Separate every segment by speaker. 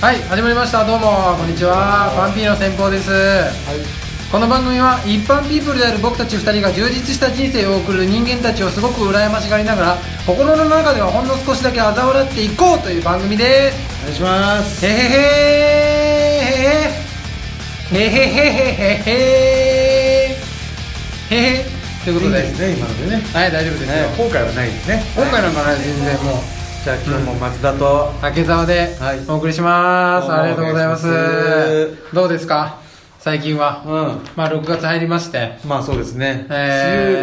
Speaker 1: はい始まりましたどうもこんにちはパンピーの先方です
Speaker 2: はい、
Speaker 1: この番組は一般ピープルである僕たち2人が充実した人生を送る人間たちをすごく羨ましがりながら心の中ではほんの少しだけ嘲笑っていこうという番組です
Speaker 2: お願いします
Speaker 1: へへへへへへへへへへへへへということで
Speaker 2: いいですね今のでね、
Speaker 1: はい大丈夫ですよ、
Speaker 2: 今回はないですね
Speaker 1: 今回なんかね全然もう
Speaker 2: じゃあ今日も松田と、
Speaker 1: 竹澤で
Speaker 2: はい
Speaker 1: お送りします、
Speaker 2: どうも
Speaker 1: ありがとうございます
Speaker 2: お願いしま
Speaker 1: どうですか最近は、まあ6月入りまして
Speaker 2: うんまあそうですね、
Speaker 1: え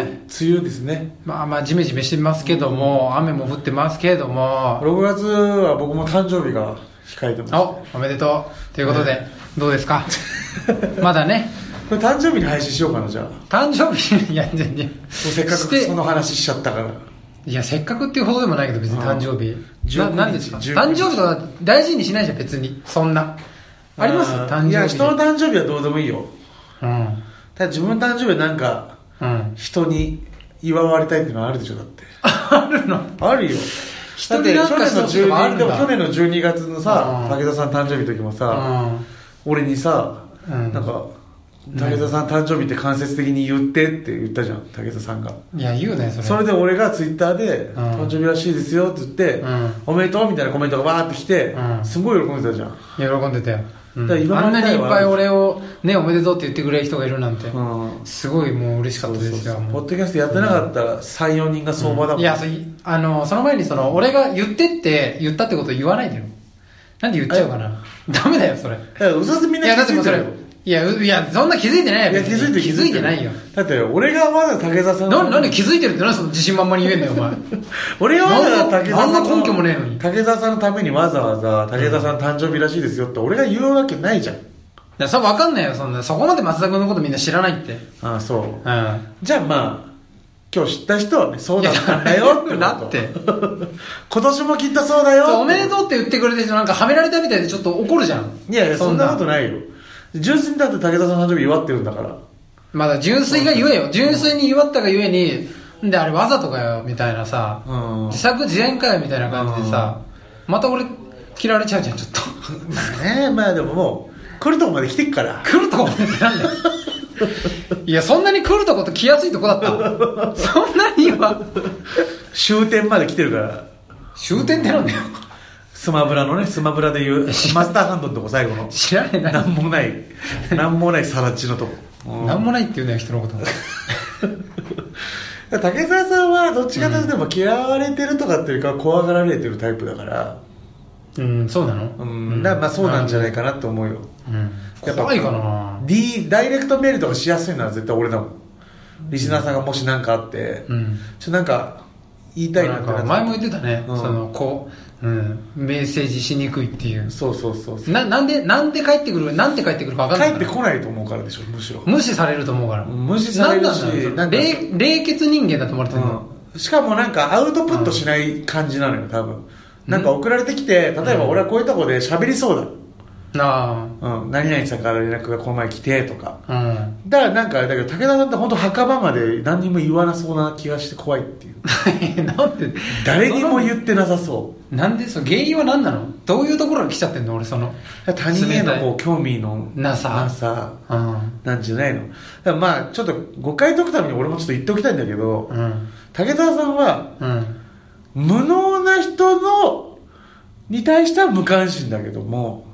Speaker 2: 梅雨梅雨ですね
Speaker 1: まあまあジメジメしてますけども、雨も降ってますけども
Speaker 2: 6月は僕も誕生日が控えてます
Speaker 1: おおめでとうということで、どうですかまだね
Speaker 2: これ誕生日に配信しようかなじゃあも
Speaker 1: 誕生日いやいやいや
Speaker 2: うせっか
Speaker 1: し
Speaker 2: く
Speaker 1: て
Speaker 2: その話しちゃったから
Speaker 1: いやせっかくっていうほどでもないけど別に誕生日
Speaker 2: 19
Speaker 1: ななんですか
Speaker 2: 19
Speaker 1: 誕生日とか大事にしないじゃん別にそんなあります
Speaker 2: ー
Speaker 1: 誕生日
Speaker 2: いや人の誕生日はどうでもいいよ
Speaker 1: うん
Speaker 2: ただ自分の誕生日はなんか
Speaker 1: うん
Speaker 2: 人に祝われたいっていうのはあるでしょだって
Speaker 1: あるの
Speaker 2: あるよ
Speaker 1: 人になんか
Speaker 2: だって
Speaker 1: そういうのあるんだ
Speaker 2: でも去年の12月のさ
Speaker 1: うん
Speaker 2: 武田さん誕生日の時もさ、俺にさ、
Speaker 1: うん
Speaker 2: なんか武田さん誕生日って間接的に言ってって言ったじゃん武田さんが、
Speaker 1: うんいや言うねそれ
Speaker 2: それで俺がツイッターで
Speaker 1: ん
Speaker 2: 「誕生日らしいですよ」って言って「
Speaker 1: うん
Speaker 2: おめでとう」みたいなコメントがバーってきて、
Speaker 1: うん
Speaker 2: すごい喜んでたじゃん、
Speaker 1: 喜んでたよ、うん
Speaker 2: だから今
Speaker 1: あんなにいっぱい
Speaker 2: まで
Speaker 1: 俺をねおめでとうって言ってくれる人がいるなんて、
Speaker 2: うん
Speaker 1: すごいもう嬉しかったですよ
Speaker 2: ポ
Speaker 1: も
Speaker 2: ッ
Speaker 1: う
Speaker 2: ドキャストやってなかったら34人が相場だもん、
Speaker 1: いやそいあのその前にその俺が言ってって言ったってこと言わないでよなんで言っちゃうかなダメだよそれ
Speaker 2: だからうさずみん
Speaker 1: いやだ
Speaker 2: な
Speaker 1: っ
Speaker 2: 気
Speaker 1: ても
Speaker 2: づいうて
Speaker 1: そ
Speaker 2: る
Speaker 1: れ
Speaker 2: よ
Speaker 1: いやういやそんな気づいてないよ
Speaker 2: いや
Speaker 1: 別に
Speaker 2: 気づいてる
Speaker 1: 気づいてないよ
Speaker 2: だって俺がわざ武田さん
Speaker 1: なんでなんで気づいてるって何その自信満々に言えんだよお前
Speaker 2: 俺はわざわざ
Speaker 1: 何
Speaker 2: 武
Speaker 1: の
Speaker 2: 田さんの
Speaker 1: 何の根拠もねえのに
Speaker 2: 武田さんのためにわざわざ武田さん誕生日らしいですよって俺が言うわけないじゃん
Speaker 1: いやそれ分かんないよそんなそこまで松田君のことみんな知らないって
Speaker 2: ああそう
Speaker 1: うん
Speaker 2: じゃあまあ今日知った人はねそうだったんだよってこと
Speaker 1: いやだって
Speaker 2: 今年もきっとそうだよ
Speaker 1: そうおめで
Speaker 2: う
Speaker 1: とうって言ってくれてる人なんかはめられたみたいでちょっと怒るじゃん
Speaker 2: いやいやそんなことないよ純粋にだって武田さんの誕生日祝ってるんだから
Speaker 1: まだ純粋が言えよ純粋に祝ったがゆえにんであれわざとかよみたいなさ、
Speaker 2: うん
Speaker 1: 自作自演かよみたいな感じでさ、また俺嫌われちゃうじゃんちょっと
Speaker 2: まあねまあでももう来るとこまで来てっから
Speaker 1: 来るとこってなんだよいやそんなに来るとこと来やすいとこだったそんなに今
Speaker 2: 終点まで来てるから
Speaker 1: 終点ってなんだよ
Speaker 2: スマブラのねスマブラでいうマスターハンドのとこ最後の
Speaker 1: 知らねえ
Speaker 2: な
Speaker 1: なん
Speaker 2: もないなんもないさらちのとこ
Speaker 1: なんもないって言うなよ人のこと
Speaker 2: 竹澤さんはどっちかというとでも嫌われてるとかっていうか怖がられてるタイプだから
Speaker 1: うんそうなの
Speaker 2: うんだからまあそうなんじゃないかなと思うよ
Speaker 1: うん
Speaker 2: やっぱ
Speaker 1: 怖いかな
Speaker 2: D ダイレクトメールとかしやすいのは絶対俺だもんリスナーさんがもし何かあって、
Speaker 1: うん
Speaker 2: ちょなんか言いたいな
Speaker 1: な
Speaker 2: っ
Speaker 1: ん
Speaker 2: てな
Speaker 1: か
Speaker 2: った
Speaker 1: 前も言ってたね、
Speaker 2: うん
Speaker 1: そのこう、うん、メッセージしにくいっていう
Speaker 2: そうそうそうそう
Speaker 1: ななんでなんで帰ってくるなんて帰ってくるか分かん
Speaker 2: 帰
Speaker 1: ないか
Speaker 2: っ
Speaker 1: ら
Speaker 2: てこないと思うからでしょむしろ、
Speaker 1: 無視されると思うから
Speaker 2: 無視されるし
Speaker 1: なんな
Speaker 2: な
Speaker 1: んん
Speaker 2: か
Speaker 1: だろう冷冷血人間だと思われてるの、
Speaker 2: うん、しかもなんかアウトプットしない感じなのよ多分なんか送られてきて例えば俺はこういうとこで喋りそうだ、
Speaker 1: な
Speaker 2: うん、何々さんから連絡がこの前来てとか
Speaker 1: あうん
Speaker 2: だからなんかだけど武田さんって本当墓場まで何にも言わなそうな気がして怖いっていう
Speaker 1: なんで
Speaker 2: 誰にも言ってなさそう
Speaker 1: なんでその原因は何なのどういうところが来ちゃってんの俺その
Speaker 2: 他人へのこ
Speaker 1: 冷
Speaker 2: う興味の
Speaker 1: なさ
Speaker 2: なさ
Speaker 1: たいうん
Speaker 2: なんじゃないのだからまあちょっと誤解解くために俺もちょっと言っておきたいんだけど
Speaker 1: うん
Speaker 2: 武田さんは
Speaker 1: うん
Speaker 2: 無能な人のに対しては無関心だけども、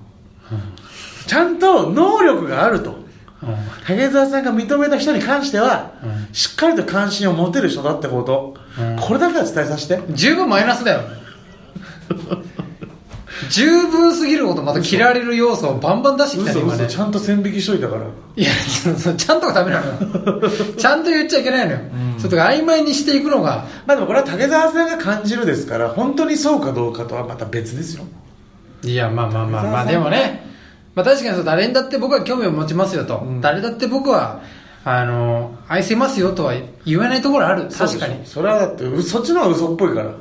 Speaker 2: ちゃんと能力があると
Speaker 1: うん
Speaker 2: 竹澤さんが認めた人に関しては、
Speaker 1: う
Speaker 2: しっかりと関心を持てる人だってこと、
Speaker 1: うん
Speaker 2: これだけは伝えさせて
Speaker 1: 十分マイナスだ よ十分すぎるほどまた嫌われる要素をバンバン出してきたね
Speaker 2: 嘘
Speaker 1: 今
Speaker 2: 嘘
Speaker 1: ね
Speaker 2: ちゃんと線引きしといたから
Speaker 1: いやそのそのちゃんとがダメなのよちゃんと言っちゃいけないのよ、ちょっと曖昧にしていくのが
Speaker 2: まあでもこれは竹澤さんが感じるですから本当にそうかどうかとはまた別ですよ
Speaker 1: いやまあまあまあまあ
Speaker 2: そうそう
Speaker 1: でもね、まあ、確かにそう誰にだって僕は興味を持ちますよと、
Speaker 2: うん
Speaker 1: 誰だって僕はあの愛せますよとは言えないところある確か
Speaker 2: そうで
Speaker 1: に
Speaker 2: しょそれはだってうそっちの方が嘘っぽいから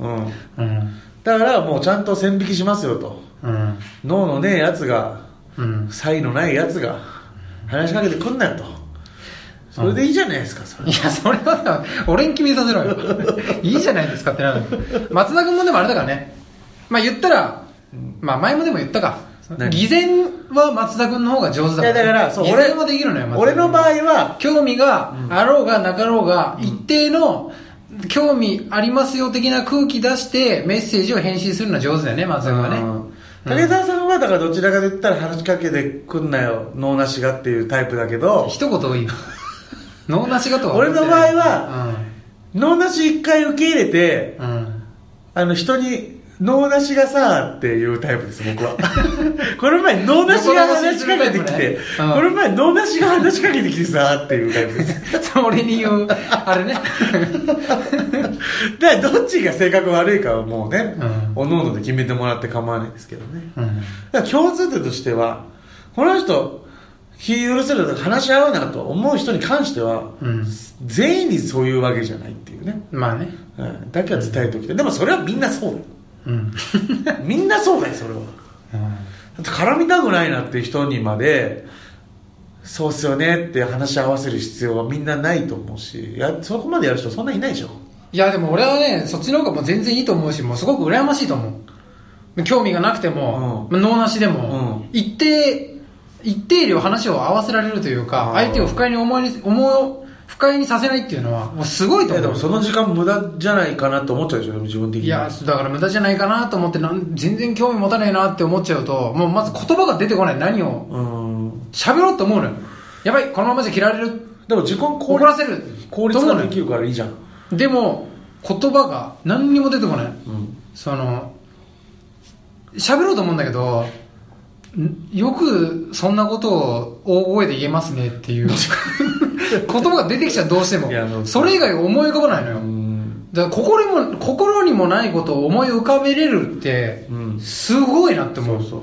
Speaker 2: うん
Speaker 1: うん
Speaker 2: だからもうちゃんと線引きしますよと
Speaker 1: うん
Speaker 2: 脳のねえやつが
Speaker 1: うん
Speaker 2: 才のないやつが話しかけてくんなよとそれでいいじゃないですかそれ
Speaker 1: いやそれはさ俺に決めさせ ろよいいじゃないですかってなる松田君もでもあれだからねまあ言ったらまあ前もでも言ったか
Speaker 2: 何
Speaker 1: 偽善は松田君の方が上手だ
Speaker 2: い
Speaker 1: から
Speaker 2: やだからそう
Speaker 1: 偽
Speaker 2: 俺
Speaker 1: 善はできるのよ松田君
Speaker 2: 俺の場合は
Speaker 1: 興味があろうがなかろうが、一定の興味ありますよ的な空気出してメッセージを返信するのは上手だよね松田君はね、
Speaker 2: うん竹澤さんはだからどちらかで言ったら話しかけてくんなよ脳なしがっていうタイプだけど
Speaker 1: 一言多いよ 脳なしがとは
Speaker 2: 俺の場合は
Speaker 1: うん
Speaker 2: 脳なし一回受け入れて
Speaker 1: うん
Speaker 2: あの人に脳なしがさっていうタイプです僕 はこの前脳なしが話しかけてきて、
Speaker 1: うん
Speaker 2: この前脳なしが話しかけてきてさっていうタイプ です
Speaker 1: 俺に言う、あれね。
Speaker 2: だからどっちが性格悪いかはもうね、
Speaker 1: うん
Speaker 2: おのおので決めてもらって構わないですけどね
Speaker 1: うん。
Speaker 2: だから共通点としてはこの人気許せるとか話し合うなと思う人に関しては、
Speaker 1: うん
Speaker 2: 全員にそういうわけじゃないっていうね、
Speaker 1: まあね。
Speaker 2: うん、だけは伝えておきたい、でもそれはみんなそうだよ
Speaker 1: うん。
Speaker 2: みんなそうだよそれはだって絡みたくないなっていう人にまでそうっすよねって話し合わせる必要はみんなないと思うしいやそこまでやる人そんないないでしょ
Speaker 1: いや、でも俺はね、そっちの方がもう全然いいと思うし、もうすごく羨ましいと思う。興味がなくても、
Speaker 2: う
Speaker 1: 脳なしでも、
Speaker 2: うん
Speaker 1: 一定、一定量話を合わせられるというか
Speaker 2: う、ん
Speaker 1: 相手を不快に思いに、思う、不快にさせないっていうのは、もうすごい
Speaker 2: い
Speaker 1: と
Speaker 2: やで
Speaker 1: 思
Speaker 2: も
Speaker 1: う。
Speaker 2: その時間無駄じゃないかなと思っちゃうでしょ自分的に
Speaker 1: いや、だから無駄じゃないかなと思って、なん全然興味持たないなって思っちゃうと、もうまず言葉が出てこない。何を
Speaker 2: うん
Speaker 1: 喋ろうと思うのよ。やばい、このままじゃ嫌われる。
Speaker 2: でも時間効
Speaker 1: 怒ら
Speaker 2: 率
Speaker 1: せる
Speaker 2: 効率
Speaker 1: と
Speaker 2: が
Speaker 1: 思う
Speaker 2: で
Speaker 1: の
Speaker 2: きるからいいじゃん、
Speaker 1: よでも言葉が何にも出てこない
Speaker 2: うん、
Speaker 1: その喋ろうと思うんだけどんよくそんなことを大声で言えますねって いう言葉が出てきちゃうどうして
Speaker 2: いやも
Speaker 1: も
Speaker 2: う
Speaker 1: それ以外思い浮かばないのよ
Speaker 2: うん
Speaker 1: だから心にも心にもないことを思い浮かべれるって
Speaker 2: うん
Speaker 1: すごいなって
Speaker 2: そ
Speaker 1: 思
Speaker 2: う
Speaker 1: う
Speaker 2: そうそう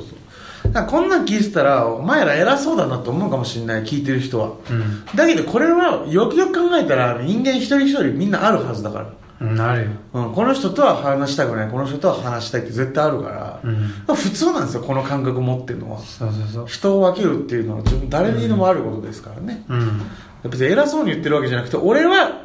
Speaker 2: だからこんなん聞いてたらお前ら偉そうだなと思うかもしれない聞いてる人は
Speaker 1: うん
Speaker 2: だけどこれはよくよく考えたら人間一人一人みんなあるはずだから
Speaker 1: うんなるよ
Speaker 2: うん、この人とは話したくないこの人とは話したいって絶対あるから、
Speaker 1: うん
Speaker 2: 普通なんですよこの感覚持ってるのは
Speaker 1: そうそうそう
Speaker 2: 人を分けるっていうのは自分誰にでもあることですからね、
Speaker 1: うん
Speaker 2: 別に偉そうに言ってるわけじゃなくて俺は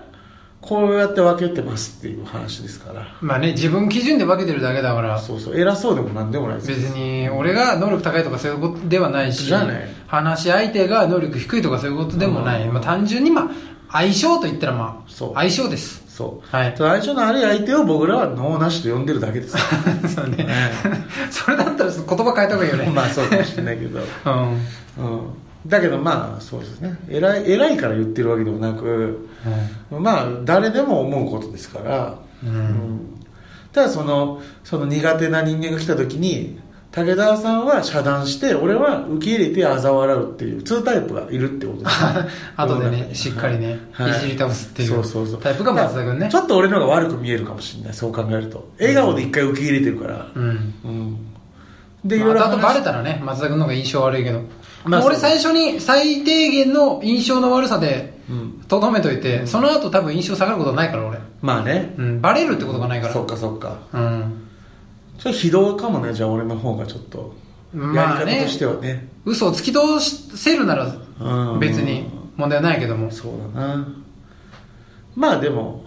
Speaker 2: こうやって分けてますっていう話ですから
Speaker 1: まあね自分基準で分けてるだけだから
Speaker 2: そうそう偉そうでも何でもないです
Speaker 1: 別に俺が能力高いとかそういうことではないし
Speaker 2: じゃない
Speaker 1: 話し相手が能力低いとかそういうことでもない、
Speaker 2: うん
Speaker 1: まあ、単純にまあ相性といったらまあ
Speaker 2: そう
Speaker 1: 相性です
Speaker 2: そう、
Speaker 1: はい
Speaker 2: 相性のある相手を僕らは脳なしと呼んでるだけです
Speaker 1: そう
Speaker 2: ね
Speaker 1: ねそれだったら言葉変えた方がいいよね
Speaker 2: まあそうかもしれないけど
Speaker 1: うん、
Speaker 2: うんだけどまあそうですね偉い偉いから言ってるわけでもなくまあ誰でも思うことですから、
Speaker 1: うん
Speaker 2: ただそのその苦手な人間が来た時に武田さんは遮断して俺は受け入れて嘲笑うっていう2タイプがいるってことですね
Speaker 1: 後で
Speaker 2: 世の中
Speaker 1: ね
Speaker 2: に
Speaker 1: しっかりね、
Speaker 2: はい
Speaker 1: い、じり倒すってい
Speaker 2: そうそうそう
Speaker 1: うタイプが松田君ね
Speaker 2: ちょっと俺の方が悪く見えるかもしれないそう考えると笑顔で一回受け入れてるから
Speaker 1: うん
Speaker 2: うんで
Speaker 1: で、
Speaker 2: い
Speaker 1: い
Speaker 2: ろ
Speaker 1: ろ
Speaker 2: い
Speaker 1: い
Speaker 2: ろ
Speaker 1: ろあとバレ
Speaker 2: 話
Speaker 1: たらね松田君の方が印象悪いけど、
Speaker 2: まあ
Speaker 1: もう俺
Speaker 2: そう
Speaker 1: 最初に最低限の印象の悪さで
Speaker 2: うん
Speaker 1: とどめといて、その後多分印象下がることないから俺、
Speaker 2: まあね
Speaker 1: うん、バレるってことがないから
Speaker 2: そっかそっか
Speaker 1: うん
Speaker 2: ちょっと非道かもねじゃあ俺の方がちょっと
Speaker 1: ま
Speaker 2: や
Speaker 1: あね
Speaker 2: り方としてはね,、
Speaker 1: 嘘を突き通せるなら
Speaker 2: うん
Speaker 1: 別に問題はないけども
Speaker 2: そうだなまあでも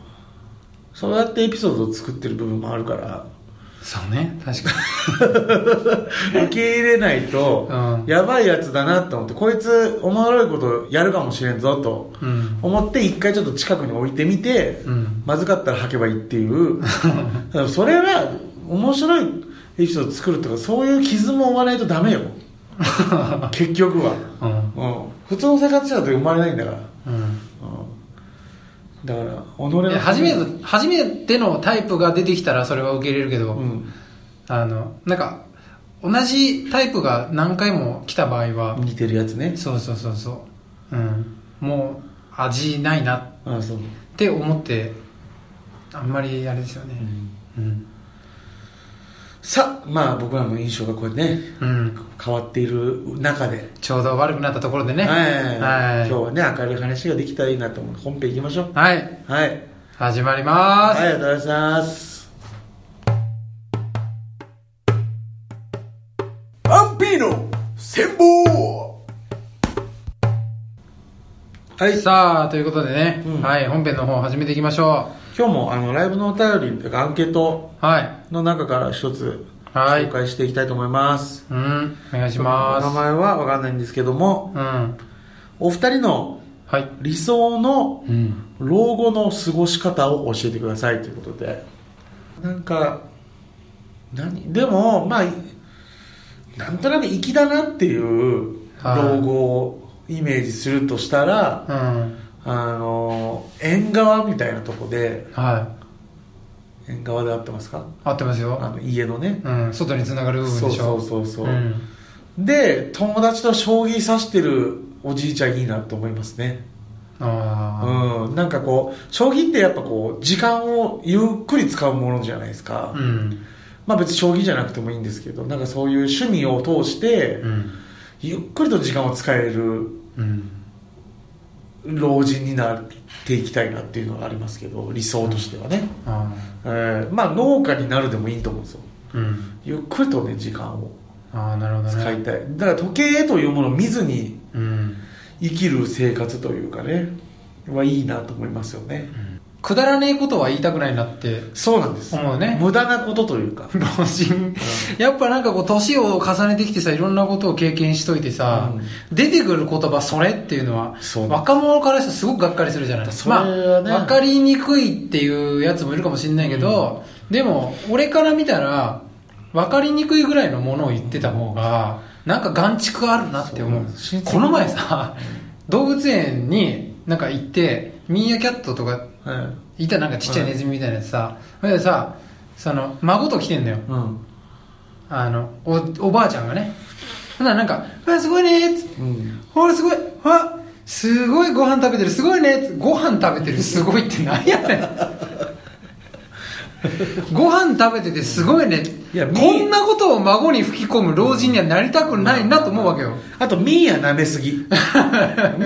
Speaker 2: そうやってエピソードを作ってる部分もあるから
Speaker 1: そうね確か
Speaker 2: 受け入れないと、
Speaker 1: うん
Speaker 2: やばいやつだなと思ってこいつおもろいことやるかもしれんぞと
Speaker 1: にうん
Speaker 2: 思って一回ちょっと近くに置いてみて、
Speaker 1: うん
Speaker 2: まずかったら吐けばいいっていう それは面白いエピソード作るとかそういう傷も負わないと ダメよ結局は、
Speaker 1: うん
Speaker 2: うん、普通の生活者だと生まれないんだから、
Speaker 1: うん
Speaker 2: うん、だから己の
Speaker 1: いや初めて初めてのタイプが出てきたらそれは受け入れるけど、
Speaker 2: うん、
Speaker 1: あのなんか同じタイプが何回も来た場合は、
Speaker 2: 似てるやつね
Speaker 1: そうそうそうそう、うん、もう味ないなっ
Speaker 2: あそう、
Speaker 1: て思ってあんまりあれですよねうん、
Speaker 2: さあまあ僕らの印象がこれね
Speaker 1: うん、
Speaker 2: 変わっている中で、
Speaker 1: ちょうど悪くなったところでね
Speaker 2: はい、
Speaker 1: はい
Speaker 2: 今日はね明るい話ができたらいいなと思う本編行きましょう
Speaker 1: はい、
Speaker 2: はい、
Speaker 1: 始まります。
Speaker 2: はい、ありがとうございます
Speaker 3: アンピーの戦法
Speaker 2: はい
Speaker 1: さあ、ということでね、
Speaker 2: うん
Speaker 1: はい、本編の方始めていきましょ
Speaker 2: 今日もあのライブのお便りというかアンケート
Speaker 1: う。はい。
Speaker 2: の中から一つ
Speaker 1: はい
Speaker 2: 紹介していきたいと思います。
Speaker 1: うんお願いし
Speaker 2: お
Speaker 1: ます
Speaker 2: 名前はわかんないんですけども、
Speaker 1: うん
Speaker 2: お二人の
Speaker 1: はい
Speaker 2: 理想の
Speaker 1: うん
Speaker 2: 老後の過ごし方を教えてくださいということでなんか何でもまあなんとなく粋だなっていう
Speaker 1: はい
Speaker 2: 老後をイメージするとしたら
Speaker 1: うん
Speaker 2: あの縁側みたいなとこで
Speaker 1: はい
Speaker 2: 縁側で合ってますか
Speaker 1: 合ってます
Speaker 2: あ
Speaker 1: よ、
Speaker 2: の家のね、
Speaker 1: うん、外につながる部分でしょ
Speaker 2: そうそうそうそう
Speaker 1: うん
Speaker 2: で友達と将棋指してるおじいちゃんいいなと思いますね
Speaker 1: あ
Speaker 2: うん、なんかこう将棋ってやっぱこう時間をゆっくり使うものじゃないです
Speaker 1: あ
Speaker 2: か、
Speaker 1: うん
Speaker 2: まあ別に将棋じゃなくてもいいんですけどなんかそういう趣味を通して、
Speaker 1: うん
Speaker 2: ゆっくりと時間を使える
Speaker 1: うん
Speaker 2: 老人になっていきたいなっていうのがありますけど理想としてはね、
Speaker 1: あ
Speaker 2: えーまあ農家になるでもいいと思うんですよ
Speaker 1: あうん
Speaker 2: ゆっくりとね時間を
Speaker 1: ああなるほどね
Speaker 2: 使いたいだから時計というものを見ずに
Speaker 1: うん
Speaker 2: 生きる生活というかねはいいなと思いますよね、
Speaker 1: くだらねえことは言いたくないなって
Speaker 2: そうなんです
Speaker 1: 思うね
Speaker 2: 無駄なことというか
Speaker 1: 老人やっぱなんかこう年を重ねてきてさいろんなことを経験しといてさ、出てくる言葉「それ」っていうのは
Speaker 2: そう
Speaker 1: 若者からしたらすごくがっかりするじゃないです
Speaker 2: それはね
Speaker 1: まあ、分かりにくいっていうやつもいるかもしれないけど、でも俺から見たら分かりにくいぐらいのものを言ってた方がなんか眼畜あるなって思う
Speaker 2: そう
Speaker 1: この前さ動物園になんか行ってミーアキャットとか
Speaker 2: はい
Speaker 1: いたなんかちっちゃいネズミみたいなやつさ、それでさその孫と来てんのよ
Speaker 2: うん
Speaker 1: あのおおばあちゃんがねほんならなんか「うわすごいね」っつって
Speaker 2: うん
Speaker 1: ほらすごいあすごいご飯食べてるすごいねご飯食べてるすごいって何やねん ご飯食べててすごいね
Speaker 2: いやみ
Speaker 1: こんなことを孫に吹き込む老人にはなりたくないなと思うわけよ
Speaker 2: あとミーヤ舐め すぎミ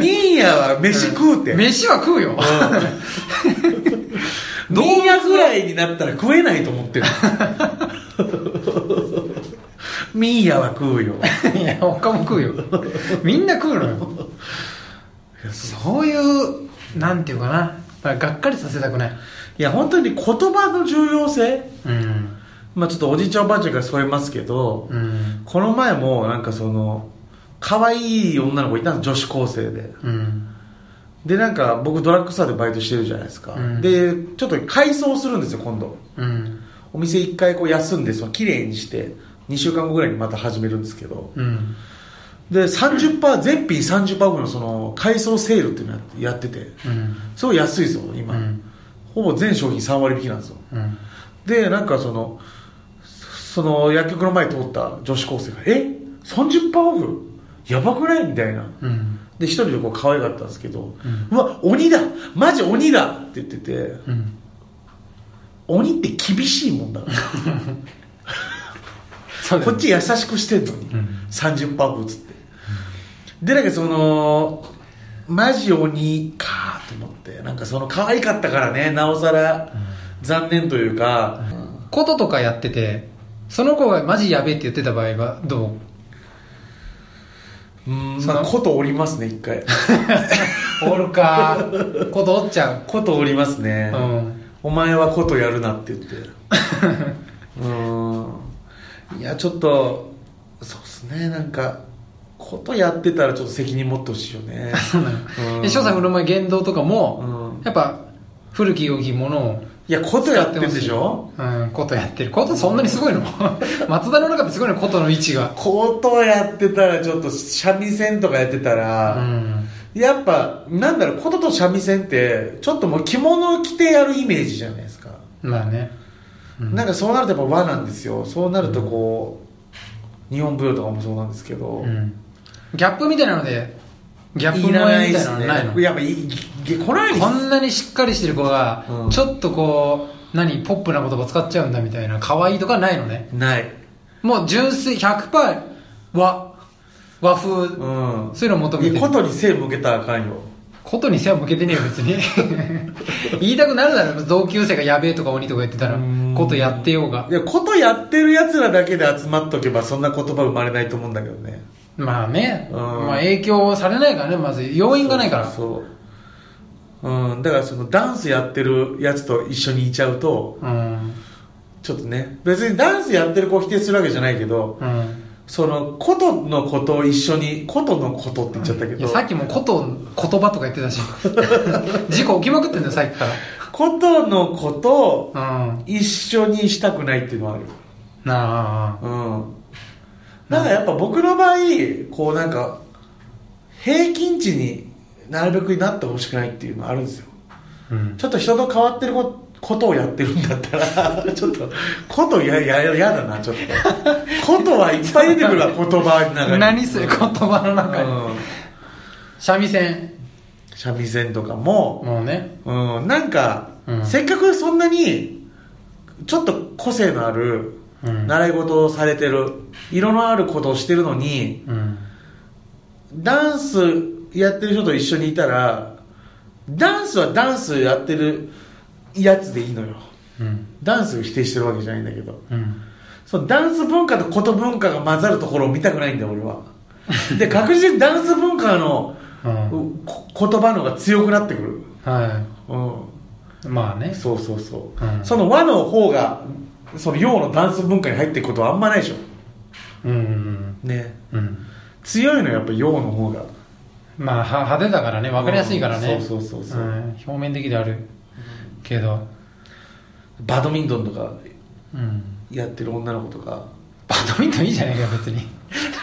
Speaker 2: ーヤは飯食うて、
Speaker 1: 飯は食うよ、
Speaker 2: ミーヤぐらいになったら食えないと思っ てるミーヤは食うよ
Speaker 1: いや他も食うよみんな食うのよそういうなんていうかなだからがっかりさせたくない
Speaker 2: いや本当に言葉の重要性
Speaker 1: うん
Speaker 2: まあちょっとおじいちゃんおばあちゃんから添えますけど、
Speaker 1: うん
Speaker 2: この前もなんかその可愛い女の子いたんです女子高生で
Speaker 1: うん
Speaker 2: でなんか僕ドラッグストアでバイトしてるじゃないですか、
Speaker 1: うん
Speaker 2: でちょっと改装するんですよ今度
Speaker 1: うん
Speaker 2: お店一回こう休んでその綺麗にして2週間後ぐらいにまた始めるんですけど
Speaker 1: うん
Speaker 2: で30%全品30%分のその改装セールっていうのやってて
Speaker 1: うん
Speaker 2: すごい安いですよ今、
Speaker 1: うん
Speaker 2: ほぼ全商品3割引きなんですよ
Speaker 1: うん
Speaker 2: でなんかそのその薬局の前通った女子高生が「え30%オフやばくない?」みたいな
Speaker 1: うん
Speaker 2: で一人でこう可愛かったんですけど「
Speaker 1: ん
Speaker 2: うわ鬼だマジ鬼だ!」って言ってて
Speaker 1: うん
Speaker 2: 鬼って厳しいもんだから
Speaker 1: そうだ
Speaker 2: こ
Speaker 1: よ
Speaker 2: っち優しくしてんのに、
Speaker 1: ん
Speaker 2: 30%オフっつって、でなんかそのマジ鬼かと思ってなんかその可愛かったからねなおさら残念というか、
Speaker 1: こととかやっててその子がマジやべえって言ってた場合はどう
Speaker 2: うんまあことおりますね一回
Speaker 1: おるかことおっちゃう
Speaker 2: ことおりますね、
Speaker 1: うん
Speaker 2: お前はことやるなって 言ってうんいやちょっとそうっすねなんかことやってたらちょっと責任持ってほしいよね
Speaker 1: そうな
Speaker 2: う
Speaker 1: の
Speaker 2: ん
Speaker 1: で翔さん振る舞い言動とかも
Speaker 2: うん
Speaker 1: やっぱ古き良きものを
Speaker 2: いやことやってるでしょ
Speaker 1: うんことやってることそんなにすごいの松田の中ですごいのことの位置が
Speaker 2: コートやってたらちょっと三味線とかやってた
Speaker 1: う
Speaker 2: ら、
Speaker 1: ん
Speaker 2: やっぱなんだろう琴と三味線ってちょっともう着物を着てやるイメージじゃないですか、
Speaker 1: まあねうん
Speaker 2: なんかそうなるとやっぱ和なんですよそうなるとこう、日本舞踊とかもそうなんですけど、
Speaker 1: うんギャップみたいなのでギャップ
Speaker 2: いら
Speaker 1: 萌
Speaker 2: な
Speaker 1: えみ
Speaker 2: いで
Speaker 1: たいな
Speaker 2: す
Speaker 1: の
Speaker 2: ね
Speaker 1: ないの
Speaker 2: やっぱいいいこない
Speaker 1: こんなにしっかりしてる子が、
Speaker 2: うん
Speaker 1: ちょっとこう何ポップな言葉使っちゃうんだみたいな可愛いとかないのね
Speaker 2: ない
Speaker 1: もう純粋100%和和風、
Speaker 2: うん
Speaker 1: そういうの求めて
Speaker 2: い
Speaker 1: る
Speaker 2: や琴に背向けたらあかんよ
Speaker 1: ことに背は向けてねえよ別 に言いたくなるだろ同級生がやべえとか鬼とか言ってたら
Speaker 2: うん
Speaker 1: ことやってようが
Speaker 2: いや琴やってるやつらだけで集まっとけばそんな言葉生まれないと思うんだけどね
Speaker 1: まあね、
Speaker 2: うん
Speaker 1: まあ影響されないからねまず要因がないから
Speaker 2: そうそううんだからそのダンスやってるやつと一緒にいちゃうと
Speaker 1: うん
Speaker 2: ちょっとね別にダンスやってる子を否定するわけじゃないけど、
Speaker 1: うん
Speaker 2: そのことのことを一緒にことのことって言っちゃったけ
Speaker 1: い
Speaker 2: ど、
Speaker 1: やさっきもこと言葉とか言ってた し事故起きまくってんだよさっきか
Speaker 2: ことのことを
Speaker 1: らうん
Speaker 2: 一緒にしたくないっていうのはある
Speaker 1: なあ
Speaker 2: うんだからやっぱ僕の場合こうなんか平均値になるべくなってほしくないっていうのはあるんですよ
Speaker 1: うん
Speaker 2: ちょっと人と変わってるこことをやってるんだったら ちょっとことややややだなちょっとことはいっぱい出てくるわ言葉の中に
Speaker 1: 何する言葉の中に、
Speaker 2: うん
Speaker 1: 三味線
Speaker 2: 三味線とかも、
Speaker 1: もうね
Speaker 2: うん、なんか、
Speaker 1: うん
Speaker 2: せっかくそんなにちょっと個性のある
Speaker 1: うん
Speaker 2: 習い事をされてる色のあることをしてるのに
Speaker 1: うん
Speaker 2: ダンスやってる人と一緒にいたらダンスはダンスやってるやつでいいのよ
Speaker 1: うん
Speaker 2: ダンスを否定してるわけじゃないんだけど
Speaker 1: うん
Speaker 2: そのダンス文化とこと文化が混ざるところを見たくないんだよ俺は で確実にダンス文化の、
Speaker 1: うん
Speaker 2: こ言葉の方が強くなってくる
Speaker 1: は
Speaker 2: うん
Speaker 1: いまあね
Speaker 2: そうそうそう、
Speaker 1: うん
Speaker 2: その和の方がその洋のダンス文化に入っていくことはあんまないでしょ
Speaker 1: うん
Speaker 2: ね
Speaker 1: うんうん
Speaker 2: 強いのはやっぱ洋の方が
Speaker 1: まあは派手だからね分かりやすいからね、
Speaker 2: うんそうそうそうそうん
Speaker 1: 表面的であるけど
Speaker 2: バドミントンとか
Speaker 1: うん
Speaker 2: やってる女の子とか
Speaker 1: バドミントンいいじゃないかよ 別に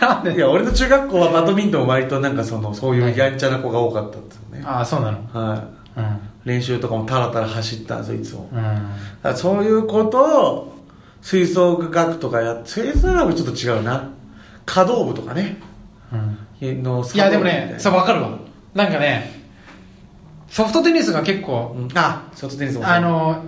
Speaker 1: なん
Speaker 2: い
Speaker 1: で
Speaker 2: や俺の中学校はバドミントン割となんかそのそうい
Speaker 1: はいう
Speaker 2: やんちゃな子が多かったんですよね、
Speaker 1: ああそうなの
Speaker 2: は
Speaker 1: うん
Speaker 2: い、練習とかもタラタラ走ったんですよいつも、
Speaker 1: うん
Speaker 2: だからそういうことを吹奏楽とかや吹奏楽ちょっと違うな可動部とかね
Speaker 1: うん
Speaker 2: の
Speaker 1: いやでもねそう分かるわなんかねソフトテニスが結構、
Speaker 2: うんあショートテニスもそう
Speaker 1: あの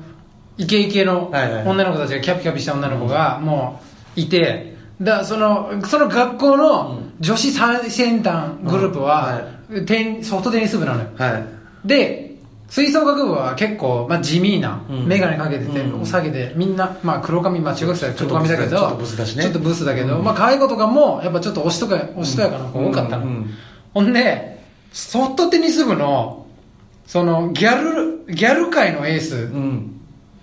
Speaker 1: イケイケの
Speaker 2: はいはいはい
Speaker 1: 女の子たちがキャピキャピした女の子がもういてだそのその学校の女子最先端グループは、テニソフトテニス部なのよ
Speaker 2: はい
Speaker 1: で吹奏楽部は結構、まあ、地味な、
Speaker 2: うん
Speaker 1: 眼鏡かけてて、
Speaker 2: うん
Speaker 1: お下げでみんな、まあ、黒髪、まあ、中学生は
Speaker 2: ちょっ
Speaker 1: 黒
Speaker 2: と
Speaker 1: 髪だけど
Speaker 2: ちょっとブスだしね
Speaker 1: ちょっとブスだけど、まあ可愛い子とかもやっぱちょっとおしとかおしとやかな子多かったの、
Speaker 2: うんうん
Speaker 1: ほんでソフトテニス部のそのギャルギャル界のエース、
Speaker 2: うん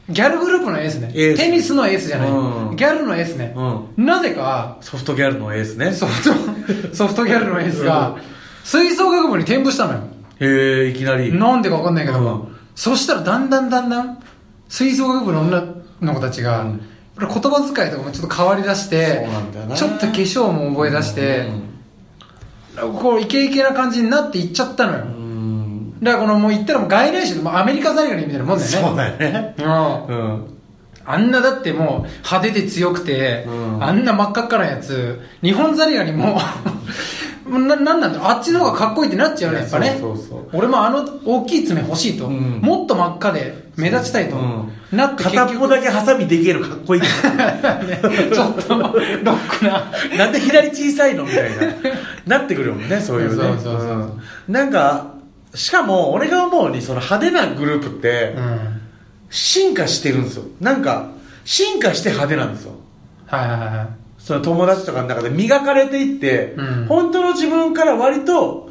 Speaker 1: ギャルグループのエースね
Speaker 2: エース
Speaker 1: テニスのエースじゃない、
Speaker 2: うん
Speaker 1: ギャルのエースね、
Speaker 2: う
Speaker 1: なぜか
Speaker 2: ソフトギャルのエースね
Speaker 1: ソフトソフトギャルのエースが吹奏楽部に転部したのよ
Speaker 2: へえいきなり
Speaker 1: なんでか分かんないけども、
Speaker 2: うん
Speaker 1: そしたらだんだんだんだん吹奏楽部の女の子たちが、
Speaker 2: うん
Speaker 1: これ言葉遣いとかもちょっと変わりだして
Speaker 2: そうなんだよな
Speaker 1: ちょっと化粧も覚えだして
Speaker 2: う、
Speaker 1: こうイケイケな感じになっていっちゃったのよ、
Speaker 2: ん
Speaker 1: だからこのもう言ったらもう外来種でもうアメリカザリガニみたいなもんだよね
Speaker 2: そうだよね
Speaker 1: うん
Speaker 2: うん
Speaker 1: あんなだってもう派手で強くて、
Speaker 2: うん
Speaker 1: あんな真っ赤っかなやつ日本ザリガニも もうななんなんだろうあっちの方がかっこいいってなっちゃうねやっぱね
Speaker 2: そうそうそう
Speaker 1: 俺もあの大きい爪欲しいと、
Speaker 2: うん
Speaker 1: もっと真っ赤で目立ちたいと、
Speaker 2: う
Speaker 1: なって結
Speaker 2: 片っぽ
Speaker 1: 局
Speaker 2: だけハサミできるかっこい い
Speaker 1: ちょっとロックな
Speaker 2: なんで左小さいのみたいななってくるもんねそういうね
Speaker 1: そうそうそうそうん
Speaker 2: なんかしかも俺が思うにその派手なグループって
Speaker 1: うん
Speaker 2: 進化してるんですよなんか進化して派手なんですよ
Speaker 1: はいはいはい
Speaker 2: その友達とかの中で磨かれていって、
Speaker 1: うん
Speaker 2: 本当の自分から割と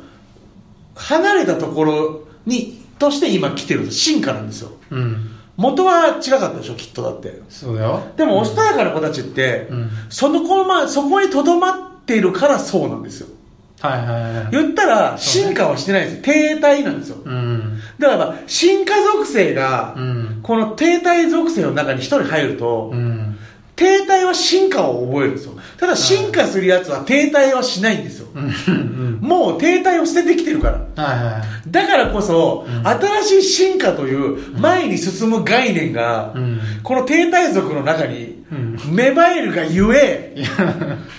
Speaker 2: 離れたところにとして今来てるんです進化なんですよ
Speaker 1: うん
Speaker 2: 元は違かったでしょきっとだって
Speaker 1: そうだよ
Speaker 2: でもおしとやかな子たちって、
Speaker 1: うん
Speaker 2: その子まそこにとどまっているからそうなんですよ
Speaker 1: はいはいはい
Speaker 2: 言ったら進化はしてないんですよ、停滞なんですよ
Speaker 1: うん
Speaker 2: だから進化属性が、
Speaker 1: うん
Speaker 2: この停滞属性の中に一人入ると、
Speaker 1: うん
Speaker 2: 停滞は進化を覚えるんですよただ進化するやつは停滞はしないんですよ、
Speaker 1: うんうん
Speaker 2: もう停滞を捨ててきてるから
Speaker 1: はいはいはい
Speaker 2: だからこそ、新しい進化という前に進む概念が、
Speaker 1: うん
Speaker 2: この停滞族の中に
Speaker 1: うん
Speaker 2: 芽生えるがゆえ、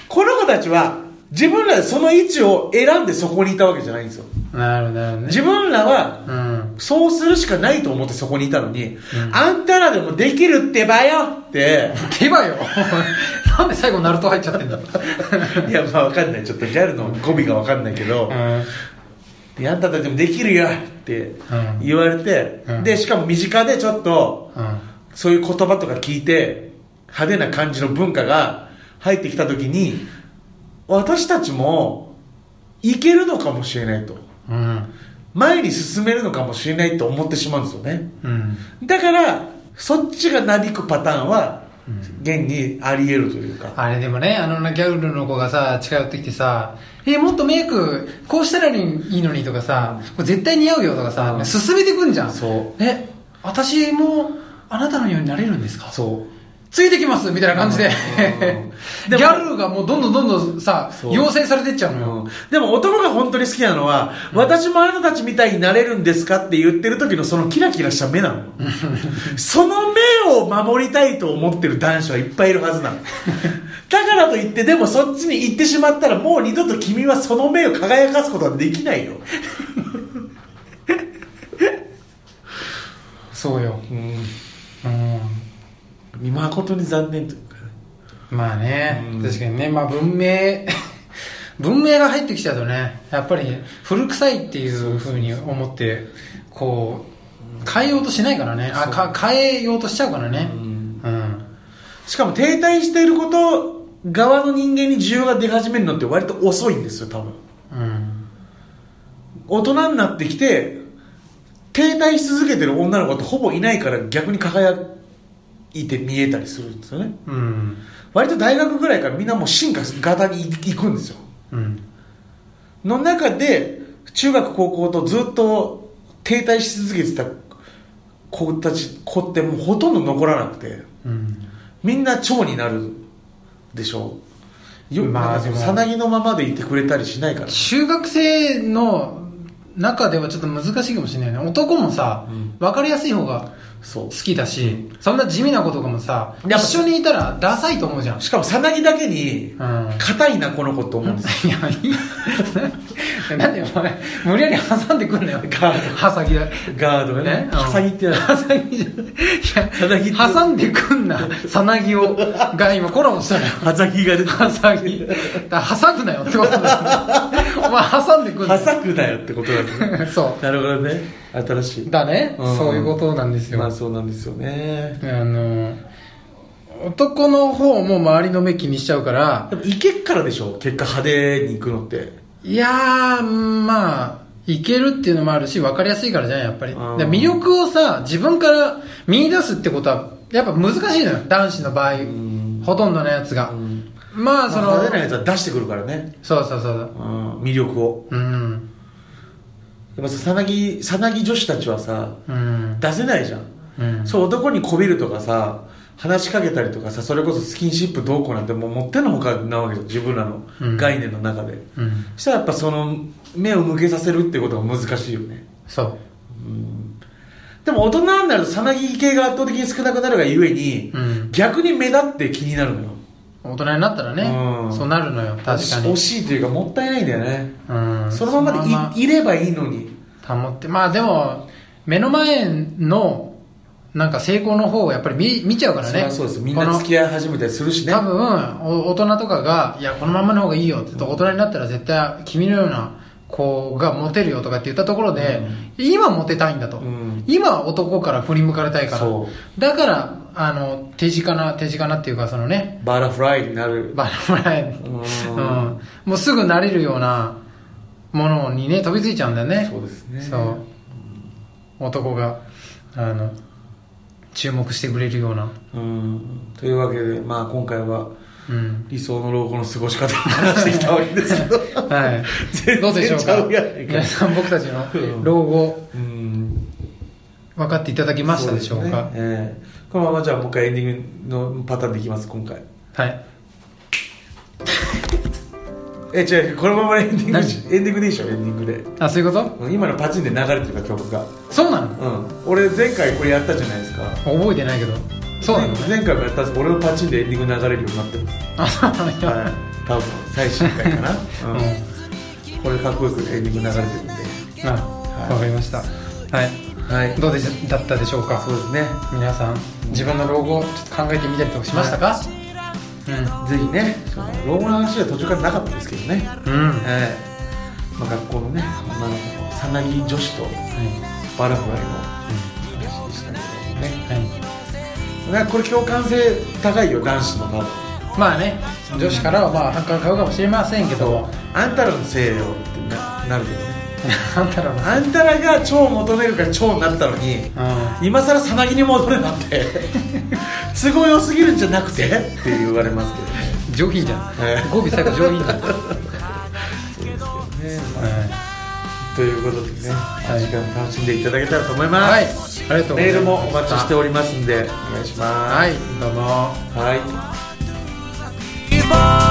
Speaker 2: この子たちは自分らでその位置を選んでそこにいたわけじゃないんですよ
Speaker 1: なるほどなるほどね
Speaker 2: 自分らは
Speaker 1: うん
Speaker 2: そうするしかないと思ってそこにいたのに、あんたらでもできるってばよって
Speaker 1: 手羽よ なんで最後ナルト入っちゃってんだ
Speaker 2: いやまあわかんないちょっとギャルの語尾がわかんないけど、
Speaker 1: うん
Speaker 2: であんたたちもできるよって
Speaker 1: うん
Speaker 2: 言われて、
Speaker 1: うん
Speaker 2: でしかも身近でちょっと
Speaker 1: うん
Speaker 2: そういう言葉とか聞いて派手な感じの文化が入ってきた時に私たちもいけるのかもしれないと
Speaker 1: うん
Speaker 2: 前に進めるのかもしれないと思ってしまうんですよね
Speaker 1: うん
Speaker 2: だからそっちがなびくパターンは現にあり得るというか、
Speaker 1: あれでもね、あのギャルの子がさ、近寄ってきてさ、え、もっとメイク、こうしたらいいのにとかさ、これ絶対似合うよとかさ、
Speaker 2: うん
Speaker 1: 進めてくんじゃん。
Speaker 2: そ
Speaker 1: え、私も、あなたのようになれるんですか
Speaker 2: そう
Speaker 1: ついてきますみたいな感じで
Speaker 2: う。ん
Speaker 1: ギ
Speaker 2: でも
Speaker 1: ャルがもうどんどんどんどんさ、
Speaker 2: そう
Speaker 1: 養成されてっちゃうのよ。
Speaker 2: でも男が本当に好きなのは、私もあなたたちみたいになれるんですかって言ってる時のそのキラキラした目なの。その目を守りたいと思ってる男子はいっぱいいるはずなの。だからといって、でもそっちに行ってしまったらもう二度と君はその目を輝かすことはできないよ。
Speaker 1: そうよ。うん。
Speaker 2: うん。誠に残念というかね。
Speaker 1: まあね、
Speaker 2: うん
Speaker 1: 確かにね、まあ文明、 文明が入ってきちゃうとね、やっぱり古臭いっていうふうに思って、こう、変えようとしないからね、あ
Speaker 2: そう
Speaker 1: か変えようとしちゃうからね。う
Speaker 2: うんん。しかも停滞していること側の人間に需要が出始めるのって割と遅いんですよ、多分。
Speaker 1: うん。
Speaker 2: 大人になってきて停滞し続けてる女の子ってほぼいないから逆に輝いて見えたりするんですよね
Speaker 1: うん。
Speaker 2: 割と大学ぐらいからみんなもう進化型に行くんですよ
Speaker 1: うん。
Speaker 2: の中で中学高校とずっと停滞し続けてた子たち子ってもうほとんど残らなくて
Speaker 1: うん。
Speaker 2: みんな蝶になるでしょうよ
Speaker 1: まあ
Speaker 2: まあ
Speaker 1: でも
Speaker 2: さなぎのままでいてくれたりしないから
Speaker 1: 中学生の中ではちょっと難しいかもしれないね。男もさ
Speaker 2: うん、
Speaker 1: わかりやすい方が
Speaker 2: そう
Speaker 1: 好きだし、そんな地味な子とかもさ、
Speaker 2: や
Speaker 1: 一
Speaker 2: っぱ
Speaker 1: 緒にいたらダサいと思うじゃん。
Speaker 2: しかもさなぎだけに
Speaker 1: うん。
Speaker 2: 硬いなこの子と思うんですよ
Speaker 1: いや、いい。なんでお前、無理やり挟んでくんのよ。
Speaker 2: ガード
Speaker 1: はさぎだ。
Speaker 2: ガードがね
Speaker 1: ね。
Speaker 2: はさぎってや
Speaker 1: はさぎじゃ
Speaker 2: さ
Speaker 1: な。
Speaker 2: ない
Speaker 1: い
Speaker 2: ぎって
Speaker 1: や、挟んでくんな。さなぎを。が今コラボしたのよ。
Speaker 2: はさぎが出て
Speaker 1: はさぎ。だから挟むなよってことだよ。お前挟んでくん
Speaker 2: は
Speaker 1: な。
Speaker 2: さくだよってことなんですね
Speaker 1: そ
Speaker 2: なるほどね新し
Speaker 1: う。
Speaker 2: い
Speaker 1: だね。
Speaker 2: うん
Speaker 1: そういうことなんですよ。
Speaker 2: まあそうなんですよね
Speaker 1: あの、男の方も周りの目気にしちゃうから、
Speaker 2: でもいけっからでしょ結果派手に行くのって
Speaker 1: いやー、まあ、いけるっていうのもあるし、分かりやすいからじゃん、やっぱり。
Speaker 2: う
Speaker 1: で
Speaker 2: ん
Speaker 1: 魅力をさ、自分から見出すってことは、やっぱ難しいのよ、男子の場合
Speaker 2: ん。
Speaker 1: ほとんどのやつが。
Speaker 2: ん
Speaker 1: まあ、そ
Speaker 2: その
Speaker 1: の、
Speaker 2: 派手なやつは出してくるからね
Speaker 1: そうそうそう。
Speaker 2: うん魅力を
Speaker 1: うん。
Speaker 2: やっぱささなぎさなぎ女子たちはさ
Speaker 1: うん。
Speaker 2: 出せないじゃん
Speaker 1: うん。
Speaker 2: そう男にこびるとかさ話しかけたりとかさそれこそスキンシップどうこうなんてもう持ってのほかなわけじゃん自分らの
Speaker 1: うん
Speaker 2: 概念の中で、
Speaker 1: うん。
Speaker 2: そしたらやっぱその目を向けさせるってことが難しいよね
Speaker 1: そう。
Speaker 2: でも大人になるとさなぎ系が圧倒的に少なくなるがゆえに、
Speaker 1: うん
Speaker 2: 逆に目立って気になるのよ
Speaker 1: 大人になったら
Speaker 2: う
Speaker 1: ね、
Speaker 2: ん
Speaker 1: そうなるのよ、確か
Speaker 2: 惜
Speaker 1: に。
Speaker 2: しいというかもったいないんだよね、
Speaker 1: うん。
Speaker 2: そのままでい,、
Speaker 1: ま
Speaker 2: いればいいのに
Speaker 1: ま保って、まあでも、目の前の、なんか成功の方をやっぱり見見ちゃうから
Speaker 2: そり
Speaker 1: ね。
Speaker 2: ゃそうですみん
Speaker 1: こ
Speaker 2: な
Speaker 1: の
Speaker 2: 付き合い始めたりするしね
Speaker 1: 多分お大人とかがいやこのままの方がいいよって言って大人になったら絶対君のような子がモテるよとかって言ったところで、今モテたいんだと、
Speaker 2: うん
Speaker 1: 今男から振り向かれたいから
Speaker 2: そ
Speaker 1: だからあの手近な手近なっていうかそのね
Speaker 2: バラフライになる
Speaker 1: バラもらえ
Speaker 2: うん
Speaker 1: もうすぐなれるようなものにね飛びついちゃうんだよね
Speaker 2: そうですね
Speaker 1: そう男があの注目してくれるような
Speaker 2: うんというわけで、まあ、今回は
Speaker 1: うん
Speaker 2: 理想の老後の過ごし方を話してきたわけですけど
Speaker 1: はい
Speaker 2: 全然
Speaker 1: どうでしょう
Speaker 2: ちゃ
Speaker 1: か
Speaker 2: うやないか
Speaker 1: 皆さん僕たちの老後
Speaker 2: うん
Speaker 1: 分かっていただけましたでしょう
Speaker 2: そ
Speaker 1: か
Speaker 2: ですねええこのままじゃあもう一回エンディングのパターンでいきます今回
Speaker 1: はい
Speaker 2: え違うこのままエンディングしエンディングでいいでしょエンディングで
Speaker 1: あそういうこと
Speaker 2: うん今のパチンで流れてるから曲が
Speaker 1: そうなの
Speaker 2: うん俺前回これやったじゃないですか
Speaker 1: 覚えてないけどそうなの
Speaker 2: 前前回もやったんです俺のパチンでエンディング流れるようになってる
Speaker 1: あそうなの
Speaker 2: は
Speaker 1: よ
Speaker 2: い多分最新回 かな、
Speaker 1: うん
Speaker 2: うんこれかっこよくエンディング流れてるんで
Speaker 1: あ
Speaker 2: い
Speaker 1: わかりましたはい
Speaker 2: はい
Speaker 1: どうでしだったでしょうか
Speaker 2: そうですね
Speaker 1: 皆さん自分の老後ちょっと考えてみたりとかしましたかう
Speaker 2: ぜひねその老後の話は途中からなかったですけどね
Speaker 1: んうんは
Speaker 2: ええまあ、学校のね女の子のさなぎ女子と
Speaker 1: い
Speaker 2: バラフライの話でしたけどもね
Speaker 1: は
Speaker 2: なんかこれ共感性高いよ男子の多分
Speaker 1: いまあね女子からはまあ反感買うかもしれませんけども
Speaker 2: あんたらのせいよってななるけどね
Speaker 1: あんたらの
Speaker 2: あんたらが蝶を求めるから蝶になったのに
Speaker 1: うん
Speaker 2: 今さらさなぎに戻れなんて都合良すぎるんじゃなくてって言われますけどね
Speaker 1: 上品じゃん
Speaker 2: ええ
Speaker 1: 語尾最後上品じ ゃんは
Speaker 2: ということでね、
Speaker 1: い
Speaker 2: 時間楽しんでいただけたらと思います、
Speaker 1: いありがとうございます
Speaker 2: メールもお待ちしておりますんでお願いします
Speaker 1: はいどうも
Speaker 2: はい
Speaker 4: 「